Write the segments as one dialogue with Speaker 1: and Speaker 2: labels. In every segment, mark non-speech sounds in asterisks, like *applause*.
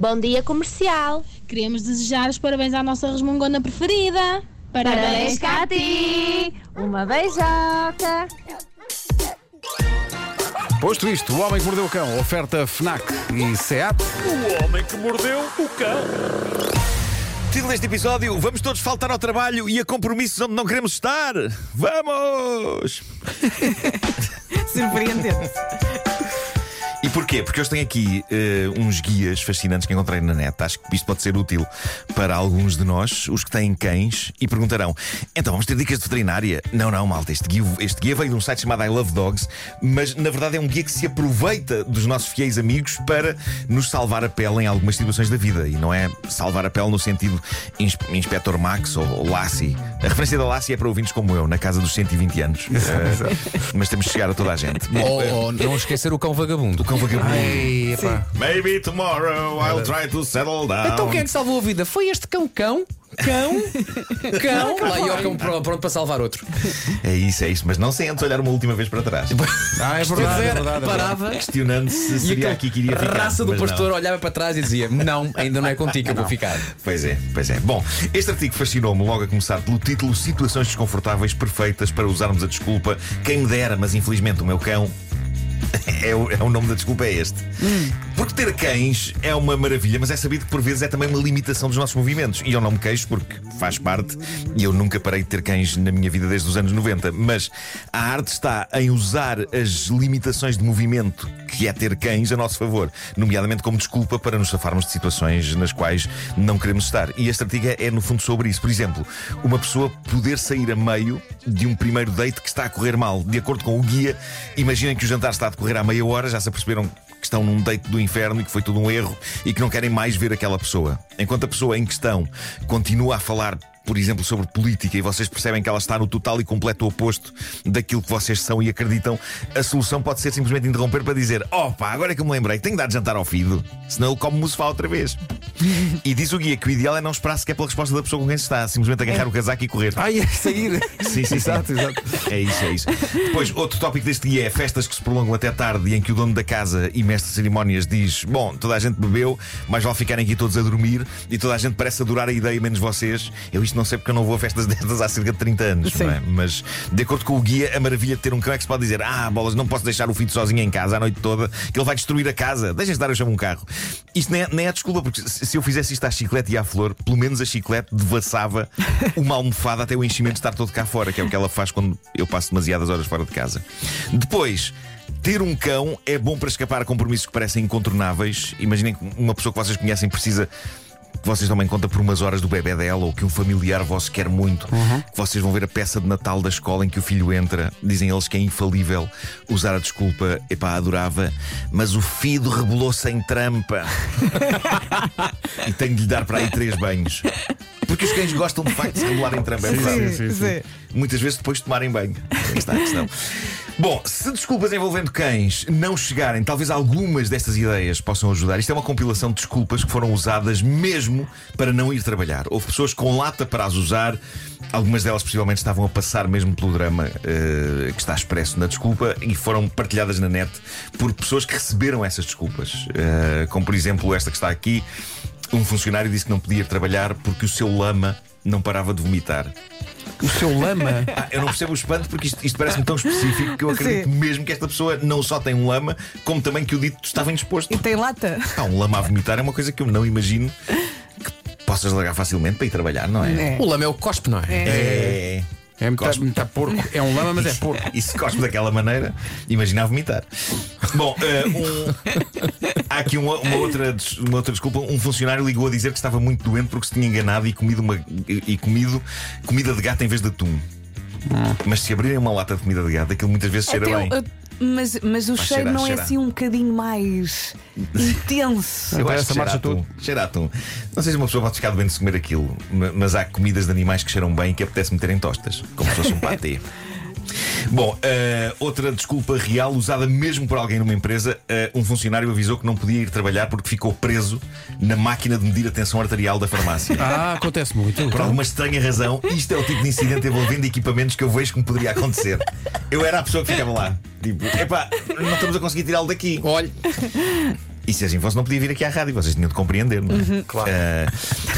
Speaker 1: Bom dia comercial.
Speaker 2: Queremos desejar os parabéns à nossa resmungona preferida.
Speaker 3: Parabéns, Cati! Uma beijoca!
Speaker 4: Posto isto, o homem que mordeu o cão, oferta Fnac e SEAT.
Speaker 5: O homem que mordeu o cão.
Speaker 6: Título deste episódio: Vamos todos faltar ao trabalho e a compromissos onde não queremos estar. Vamos!
Speaker 7: Surpreendente.
Speaker 6: E porquê? Porque hoje tenho aqui eh, uns guias fascinantes que encontrei na net. Acho que isto pode ser útil para alguns de nós, os que têm cães, e perguntarão: então vamos ter dicas de veterinária? Não, não, malta. Este guia, este guia veio de um site chamado I Love Dogs, mas na verdade é um guia que se aproveita dos nossos fiéis amigos para nos salvar a pele em algumas situações da vida. E não é salvar a pele no sentido ins- Inspector Max ou Lassie. A referência da Lassie é para ouvintes como eu, na casa dos 120 anos. Eh, mas temos que chegar a toda a gente.
Speaker 4: Ou, *laughs* ou não esquecer o cão vagabundo. O
Speaker 6: cão vagabundo.
Speaker 4: Ai, epá.
Speaker 6: Maybe tomorrow I'll try to settle down.
Speaker 4: Então quem é que salvou a vida? Foi este cão cão? *laughs* Cão? Cão? Lá e o cão pro- pronto para salvar outro.
Speaker 6: É isso, é isso. Mas não sem antes olhar uma última vez para
Speaker 4: *laughs*
Speaker 6: trás.
Speaker 4: Ah, é
Speaker 7: Quer
Speaker 4: verdade,
Speaker 7: dizer,
Speaker 4: é verdade.
Speaker 7: parava.
Speaker 6: Questionando se
Speaker 4: E
Speaker 6: seria aqui que iria ficar.
Speaker 4: raça do
Speaker 6: mas
Speaker 4: pastor
Speaker 6: não.
Speaker 4: olhava para trás e dizia: Não, ainda não é contigo que eu vou ficar.
Speaker 6: Pois é, pois é. Bom, este artigo fascinou-me logo a começar pelo título Situações desconfortáveis perfeitas para usarmos a desculpa. Quem me dera, mas infelizmente o meu cão. É o, é o nome da desculpa, é este. Porque ter cães é uma maravilha, mas é sabido que por vezes é também uma limitação dos nossos movimentos. E eu não me queixo porque faz parte e eu nunca parei de ter cães na minha vida desde os anos 90. Mas a arte está em usar as limitações de movimento que é ter cães a nosso favor, nomeadamente como desculpa para nos safarmos de situações nas quais não queremos estar. E este artigo é, é, no fundo, sobre isso. Por exemplo, uma pessoa poder sair a meio de um primeiro date que está a correr mal. De acordo com o guia, imaginem que o jantar está a decorrer há meia hora, já se aperceberam que estão num date do inferno e que foi tudo um erro e que não querem mais ver aquela pessoa. Enquanto a pessoa em questão continua a falar. Por exemplo, sobre política, e vocês percebem que ela está no total e completo oposto daquilo que vocês são e acreditam, a solução pode ser simplesmente interromper para dizer: Opa, agora é que eu me lembrei, tenho de dar de jantar ao Fido, senão ele come musfá outra vez. e diz o guia que o ideal é não esperar sequer pela resposta da pessoa com quem se está, simplesmente agarrar o casaco e correr.
Speaker 4: Ai, é sair.
Speaker 6: Sim, sim, sim.
Speaker 4: Exato, exato.
Speaker 6: É isso, é isso. Depois, outro tópico deste guia é festas que se prolongam até tarde e em que o dono da casa e mestre de cerimónias diz: Bom, toda a gente bebeu, mas vão ficarem aqui todos a dormir e toda a gente parece adorar a ideia, menos vocês. Eu isto não sei porque eu não vou a festas *laughs* destas há cerca de 30 anos, não é? Mas, de acordo com o guia, a maravilha de ter um cão é que se pode dizer: Ah, bolas, não posso deixar o filho sozinho em casa a noite toda, que ele vai destruir a casa. Deixem-se dar, eu chamo um carro. Isto nem é, nem é desculpa, porque se se eu fizesse isto à chiclete e à flor, pelo menos a chiclete devassava uma almofada até o enchimento estar todo cá fora, que é o que ela faz quando eu passo demasiadas horas fora de casa. Depois. Ter um cão é bom para escapar a compromissos que parecem incontornáveis. Imaginem que uma pessoa que vocês conhecem precisa que vocês tomem conta por umas horas do bebê dela ou que um familiar vosso quer muito, que vocês vão ver a peça de Natal da escola em que o filho entra, dizem eles que é infalível usar a desculpa, epá, adorava, mas o fido rebolou sem trampa e tenho de lhe dar para aí três banhos. Porque os cães gostam de facto de se regular em trampa, é verdade. Muitas vezes depois de tomarem banho. Aí está a questão. Bom, se desculpas envolvendo cães não chegarem, talvez algumas destas ideias possam ajudar. Isto é uma compilação de desculpas que foram usadas mesmo para não ir trabalhar. Houve pessoas com lata para as usar, algumas delas possivelmente estavam a passar mesmo pelo drama eh, que está expresso na desculpa e foram partilhadas na net por pessoas que receberam essas desculpas. Eh, como por exemplo esta que está aqui. Um funcionário disse que não podia ir trabalhar porque o seu lama não parava de vomitar.
Speaker 4: O seu lama.
Speaker 6: Ah, eu não percebo o espanto porque isto, isto parece-me tão específico que eu acredito mesmo que esta pessoa não só tem um lama, como também que o dito estava indisposto.
Speaker 7: E tem lata.
Speaker 6: Ah, um lama a vomitar é uma coisa que eu não imagino que possas largar facilmente para ir trabalhar, não é?
Speaker 7: É.
Speaker 4: O lama é o cospe, não é?
Speaker 6: É.
Speaker 4: É muito,
Speaker 6: Cospe.
Speaker 4: muito porco. É um lama, mas é porco.
Speaker 6: E se cospe daquela maneira, imagina a vomitar. Bom, eh, um- há aqui uma, uma outra, des- uma outra desculpa. Um funcionário ligou a dizer que estava muito doente porque se tinha enganado e comido, uma, e e comido comida de gato em vez de atum.
Speaker 4: Ah.
Speaker 6: Mas se abrirem uma lata de comida de gato, aquilo muitas vezes cheira
Speaker 7: Até
Speaker 6: bem.
Speaker 7: o- mas, mas o cheiro
Speaker 6: cheirar,
Speaker 7: não é
Speaker 6: cheirar.
Speaker 7: assim um bocadinho mais
Speaker 6: *laughs*
Speaker 7: intenso.
Speaker 6: Eu acho
Speaker 4: Parece
Speaker 6: que
Speaker 4: a
Speaker 6: cheira
Speaker 4: marcha
Speaker 6: a atum. Cheira a atum. Não sei se uma pessoa pode ficar doente se comer aquilo, ma- mas há comidas de animais que cheiram bem e que apetece meter em tostas, como se fosse um patê. Bom, eh, outra desculpa real usada mesmo por alguém numa empresa, eh, um funcionário avisou que não podia ir trabalhar porque ficou preso na máquina de medir a tensão arterial da farmácia.
Speaker 1: *laughs*
Speaker 4: Ah, acontece muito.
Speaker 1: É
Speaker 6: Por alguma estranha razão, isto é o tipo de incidente envolvendo equipamentos que eu vejo que me poderia acontecer.
Speaker 1: um
Speaker 6: Eu era a pessoa que ficava lá. Tipo, epá, não estamos a conseguir tirá-lo daqui.
Speaker 4: Olha,
Speaker 6: E se assim fosse, não podia vir aqui à rádio, vocês tinham de compreender, não é?
Speaker 5: Claro.
Speaker 6: Ah,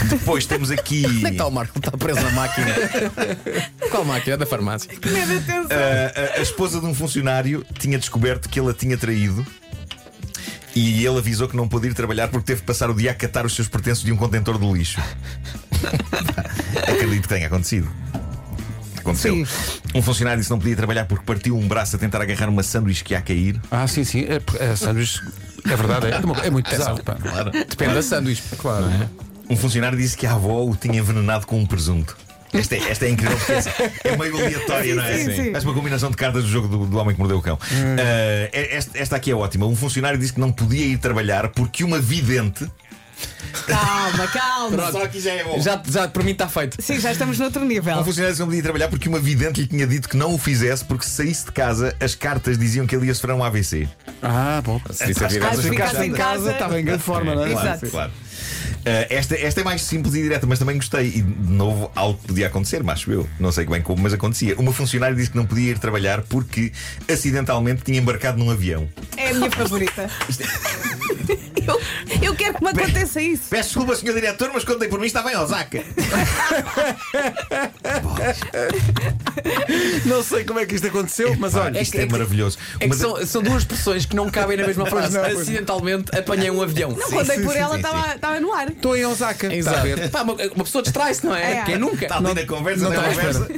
Speaker 6: depois temos
Speaker 4: *laughs*
Speaker 6: aqui.
Speaker 4: Onde Uhum. é que está o Marco? Está preso na *laughs* máquina. Qual máquina? É Da farmácia.
Speaker 6: Ah, a, a esposa de um funcionário tinha descoberto que ele a tinha traído. E ele avisou que não pôde ir trabalhar porque teve de passar o dia a catar os seus pertences de um contentor de
Speaker 4: *laughs*
Speaker 6: lixo. Acredito que tenha acontecido. Aconteceu.
Speaker 7: Sim.
Speaker 6: Um funcionário disse que não podia trabalhar porque partiu um braço a tentar agarrar uma sanduíche que ia a cair.
Speaker 1: Ah, sim, sim. É, é, sanduíche, é verdade, é, uma- é muito pesado. Pá.
Speaker 4: Depende da sanduíche.
Speaker 1: Claro. não é?
Speaker 6: Um funcionário disse que a avó o tinha envenenado com um presunto. Esta é, esta é incrível porque é meio aleatória, não é?
Speaker 7: Sim, sim. Hum.
Speaker 6: Faz uma combinação de cartas do jogo do, do Homem que Mordeu o Cão. Ah, é- esta, esta aqui é ótima. Um funcionário disse que não podia ir trabalhar porque uma vidente.
Speaker 7: Calma, calma.
Speaker 6: Só que já é bom.
Speaker 4: Já, já para mim está feito.
Speaker 7: Sim, já estamos noutro
Speaker 6: Um
Speaker 7: nível.
Speaker 6: funcionário disse que não podia ir trabalhar porque uma vidente lhe tinha dito que não o fizesse porque se saísse de casa as cartas diziam que ele ia sofrer um AVC.
Speaker 1: Ah, bom.
Speaker 6: Isso é
Speaker 7: Ah,
Speaker 6: virado
Speaker 7: se
Speaker 6: as
Speaker 7: ficasse
Speaker 6: cartas.
Speaker 7: em casa.
Speaker 1: Estava em grande forma, não é?
Speaker 6: Claro,
Speaker 7: Exato.
Speaker 6: claro. Ah, esta, esta é mais simples e direta, mas também gostei. E de novo, algo que podia acontecer, mas acho eu. Não sei bem como, é mas acontecia. Uma funcionária disse que não podia ir trabalhar porque acidentalmente tinha embarcado num avião.
Speaker 7: É a minha favorita.
Speaker 6: é-
Speaker 7: *laughs* eu, eu quero que me aconteça isso.
Speaker 6: Peço desculpa, senhor diretor, mas contem por mim, estava em Osaka.
Speaker 1: Não sei como é que isto aconteceu, mas olha.
Speaker 6: Isto
Speaker 4: que-
Speaker 6: é,
Speaker 4: é que-
Speaker 6: maravilhoso.
Speaker 4: É que
Speaker 6: Uma da-
Speaker 4: são, são duas expressões que não cabem na mesma frase.
Speaker 1: não, pois não.
Speaker 4: Acidentalmente apanhei um avião.
Speaker 6: Sim,
Speaker 7: Quando é
Speaker 6: sim,
Speaker 7: por
Speaker 6: sim,
Speaker 7: ela
Speaker 6: sim, sim.
Speaker 7: estava estava no ar.
Speaker 1: Estou em
Speaker 6: Tá
Speaker 1: Osaka. Está a
Speaker 4: Exato.
Speaker 1: ver?
Speaker 4: Pá, uma, uma pessoa distrai-se, não é?
Speaker 7: É.
Speaker 4: Quem nunca?
Speaker 6: Está Tá ali na conversa,
Speaker 4: não
Speaker 6: na
Speaker 4: está à
Speaker 6: conversa.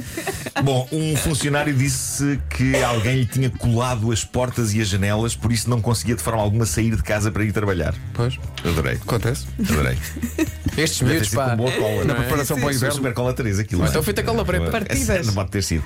Speaker 6: Bom, um funcionário disse que alguém lhe tinha colado as portas e as janelas, por isso não conseguia de forma alguma sair de casa para ir trabalhar.
Speaker 1: Pois,
Speaker 6: Adorei,
Speaker 1: acontece.
Speaker 6: adorei.
Speaker 4: *laughs*
Speaker 6: Deve
Speaker 4: Estes
Speaker 6: ter
Speaker 4: miúdos,
Speaker 6: sido com
Speaker 4: pá.
Speaker 6: boa cola,
Speaker 1: Na
Speaker 6: não é?
Speaker 1: preparação para o
Speaker 6: Foi
Speaker 1: inverno.
Speaker 6: super cola 3 aquilo.
Speaker 4: Mas então feita cola preta.
Speaker 6: Partidas. Não pode ter sido.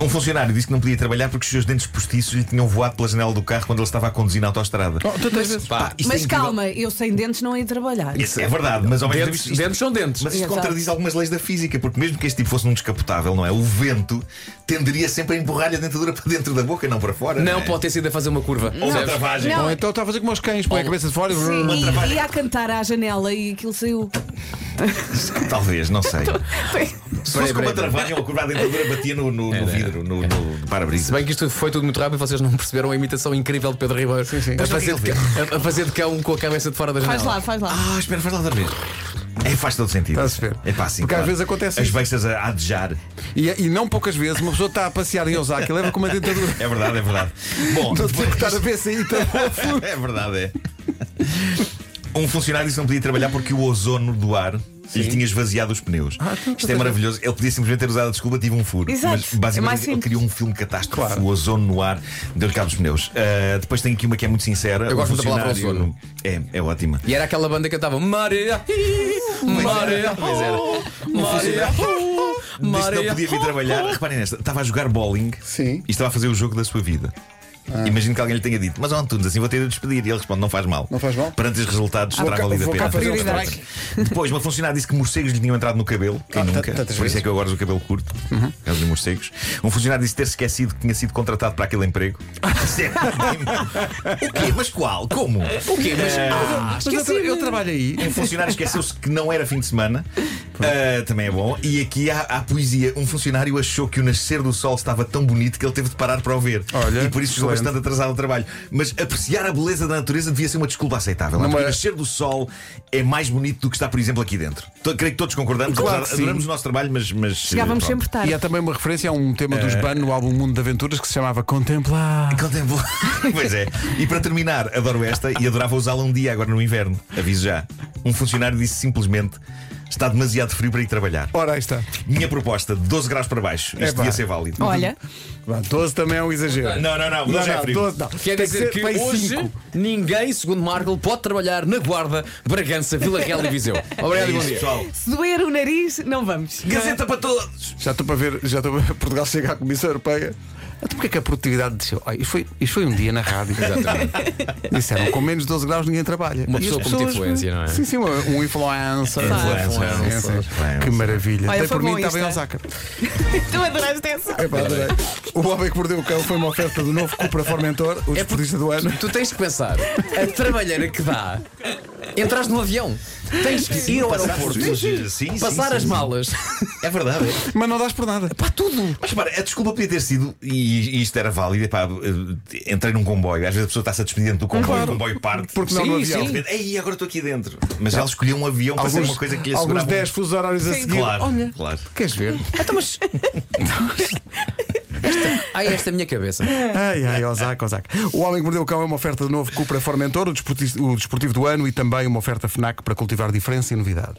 Speaker 6: Um funcionário disse que não podia trabalhar porque os seus dentes postiços lhe tinham voado pela janela do carro quando ele estava a conduzir na autostrada.
Speaker 1: Oh, tantas vezes.
Speaker 6: Pá, isto é
Speaker 7: Mas
Speaker 6: incrível.
Speaker 7: calma, eu sem dentes não ia trabalhar.
Speaker 6: Isso é verdade, mas ao mesmo tempo
Speaker 4: Dentes,
Speaker 6: isto, isto-
Speaker 4: dentes são dentes.
Speaker 6: mas isto
Speaker 7: Exato.
Speaker 6: contradiz algumas leis da física, porque mesmo que este tipo fosse um descapotável, não é? O vento tenderia sempre a empurrar-lhe a dentadura para dentro da boca, não para fora.
Speaker 4: Não
Speaker 6: é?
Speaker 4: pode ter sido a fazer uma curva.
Speaker 6: Ou uma
Speaker 4: percebes?
Speaker 6: travagem.
Speaker 7: Não.
Speaker 1: Ou então está a fazer como os cães, põe a cabeça de fora e.
Speaker 7: Sim,
Speaker 6: é Uma trabalha-
Speaker 7: e, e a cantar à janela e aquilo saiu.
Speaker 6: Talvez, não
Speaker 4: *laughs*
Speaker 6: sei. Se fosse
Speaker 4: Peraí,
Speaker 6: com uma
Speaker 4: peraí,
Speaker 6: travagem ou curva a dentadura batia no, no- no vidro, no, no, no
Speaker 4: Se
Speaker 6: para-brisa.
Speaker 4: bem que isto foi tudo muito rápido, vocês não perceberam a imitação incrível de Pedro Ribeiro
Speaker 6: Mas
Speaker 4: A,
Speaker 6: não
Speaker 4: fazer de
Speaker 6: quero
Speaker 4: cão, a- a fazer de cão com a cabeça de fora da janela.
Speaker 7: Faz lá, faz lá.
Speaker 6: Ah, espera, faz lá outra vez. É, faz todo sentido.
Speaker 1: Estás a ver?
Speaker 6: É pá, sim,
Speaker 1: Porque às
Speaker 6: claro.
Speaker 1: vezes acontece
Speaker 6: As
Speaker 1: isso.
Speaker 6: bestas a a adejar.
Speaker 1: E, e não poucas vezes uma pessoa está a passear em Osaka e leva com uma dentadura.
Speaker 6: É verdade, é verdade.
Speaker 1: *laughs*
Speaker 6: Bom,
Speaker 1: Estou a
Speaker 6: depois-
Speaker 1: estar a ver se aí está
Speaker 6: *laughs* é verdade, é. Um funcionário disse que não podia trabalhar porque o ozono do ar lhe tinha esvaziado os pneus.
Speaker 1: Ah, então,
Speaker 6: Isto é maravilhoso. Ele podia simplesmente ter usado a desculpa, tive um furo.
Speaker 7: Exato.
Speaker 6: Mas
Speaker 7: É mais
Speaker 6: basicamente ele
Speaker 7: simples.
Speaker 6: criou um filme catástrofe.
Speaker 1: Claro.
Speaker 6: O ozono no ar deu-lhe cabo dos pneus. Ah, depois tem aqui uma que é muito sincera.
Speaker 4: Eu
Speaker 6: Um
Speaker 4: gosto muito da palavra
Speaker 6: funcionário- É, é ótima.
Speaker 4: E era aquela banda que cantava Maria, Maria,
Speaker 6: Pois era.
Speaker 4: Maria,
Speaker 6: Disse que não
Speaker 4: Maria.
Speaker 6: podia vir trabalhar. Reparem nesta, estava a jogar bowling
Speaker 1: Sim. Ah.
Speaker 6: e estava a fazer o jogo da sua vida. Imagino que alguém lhe tenha dito, mas ó Antunes, assim vou ter de despedir. E ele responde: não faz mal.
Speaker 1: Não faz mal.
Speaker 6: Perante os resultados, terá
Speaker 1: cá-
Speaker 6: valido a
Speaker 1: vou cá
Speaker 6: pena.
Speaker 1: fazer um
Speaker 6: Depois,
Speaker 1: strike.
Speaker 6: Depois, uma funcionária disse que morcegos lhe tinham entrado no cabelo. Quem
Speaker 1: Ah,
Speaker 6: nunca?
Speaker 1: tantas
Speaker 6: Por
Speaker 1: vezes.
Speaker 6: isso
Speaker 1: Uhum.
Speaker 6: é que eu agora uso o cabelo curto, por causa de morcegos. Um funcionário disse ter esquecido que tinha sido contratado para
Speaker 1: *laughs*
Speaker 6: aquele emprego. Isso é muito- o quê? Mas qual? Como?
Speaker 4: O quê? Mas
Speaker 1: Ah, mas eu, tra- eu trabalho aí.
Speaker 6: Um funcionário esqueceu-se que não era fim de semana. Ah, também é bom. E aqui há, há poesia. Um funcionário achou que o nascer do sol estava tão bonito que ele teve de parar para o ver.
Speaker 1: Olha,
Speaker 6: e por isso chegou
Speaker 1: excelente.
Speaker 6: bastante atrasado ao trabalho. Mas apreciar a beleza da natureza devia ser uma desculpa aceitável.
Speaker 1: Não
Speaker 6: Porque
Speaker 1: é.
Speaker 6: O nascer do sol é mais bonito do que está, por exemplo, aqui dentro. To- creio que todos concordamos.
Speaker 1: Claro
Speaker 6: Adora-
Speaker 1: que sim.
Speaker 6: adoramos o nosso trabalho, mas. mas
Speaker 7: Chegávamos
Speaker 6: eh,
Speaker 7: sempre
Speaker 6: pronto.
Speaker 7: tarde.
Speaker 1: E há também uma referência a um tema
Speaker 4: Eh.
Speaker 1: dos Ban no álbum Mundo de Aventuras que se chamava Contemplar.
Speaker 6: Contempla- *laughs* pois é. E para terminar, adoro esta e adorava usá-la um dia agora no inverno. Aviso já. Um funcionário disse simplesmente: está demasiado frio para ir trabalhar.
Speaker 1: Ora, aí está.
Speaker 6: Minha proposta, 12 graus para baixo. Isto
Speaker 1: Epá.
Speaker 6: devia ser válido.
Speaker 7: Olha,
Speaker 1: Vá, 12 também é um exagero.
Speaker 6: Não, não, não, 12 é frio.
Speaker 1: 12 não.
Speaker 4: Quer
Speaker 1: Tem que
Speaker 4: dizer
Speaker 1: ser
Speaker 4: que
Speaker 1: para aí
Speaker 4: hoje
Speaker 1: cinco.
Speaker 4: ninguém, segundo Marco, pode trabalhar na Guarda, Bragança, Vila Real e Viseu. Obrigado
Speaker 6: É
Speaker 4: e bom
Speaker 6: isso,
Speaker 4: dia.
Speaker 6: pessoal.
Speaker 7: se doer o nariz, não vamos.
Speaker 6: Gazeta para todos!
Speaker 1: Já estou para ver, já estou para Portugal chega à Comissão Europeia. Então porquê que a produtividade desceu? Ah, isto, foi, isto foi um dia na
Speaker 4: *laughs*
Speaker 1: rádio. Disseram com menos 12 graus ninguém trabalha.
Speaker 4: Uma
Speaker 1: E as
Speaker 4: pessoa com muita
Speaker 1: pessoas-
Speaker 4: influência, não é?
Speaker 1: Sim, sim, um um influencer.
Speaker 6: Influencer.
Speaker 1: Sim, sim.
Speaker 6: Influencer.
Speaker 1: Que maravilha.
Speaker 7: Olha,
Speaker 1: Até
Speaker 7: foi
Speaker 1: por mim
Speaker 7: bom
Speaker 1: estava em
Speaker 7: isto, é?
Speaker 1: Osaka.
Speaker 7: Tu adoraste essa.
Speaker 1: Epá, adorei. O Homem que Mordeu o Cão foi uma oferta
Speaker 4: É
Speaker 1: do novo Cupra Formentor, o desportista do ano.
Speaker 4: Tu tens que pensar, a trabalheira que dá Entras no avião, tens que ir ao
Speaker 6: Passar
Speaker 4: aeroporto,
Speaker 6: por- Sim, sim,
Speaker 4: passar
Speaker 6: sim,
Speaker 4: as
Speaker 6: sim.
Speaker 4: malas.
Speaker 6: É verdade. é.
Speaker 1: Mas não dás por nada.
Speaker 4: Pá, tudo.
Speaker 6: Mas para, a desculpa podia ter sido, e, e isto era válido, epá, eh, entrei num comboio. Às vezes a pessoa está-se a despedir do comboio, o comboio parte.
Speaker 1: Porque não no
Speaker 4: Sim,
Speaker 1: avião.
Speaker 4: sim.
Speaker 6: Ei, agora estou aqui dentro. Mas ela escolheu um avião para ser uma coisa que lhe
Speaker 1: alguns
Speaker 6: assegurava.
Speaker 1: 10 fusos horários a
Speaker 7: Sim.
Speaker 1: seguir.
Speaker 6: Claro,
Speaker 1: Olha,
Speaker 6: claro.
Speaker 1: queres ver?
Speaker 6: *laughs*
Speaker 4: Então, mas. Esta- Ai, esta é a minha cabeça.
Speaker 1: Ai, ai, Osaka, Osaka. O Homem que Mordeu o Cão é uma oferta de novo Cupra Formentor, o desportivo, o desportivo do ano e também uma oferta FNAC para cultivar diferença e novidade.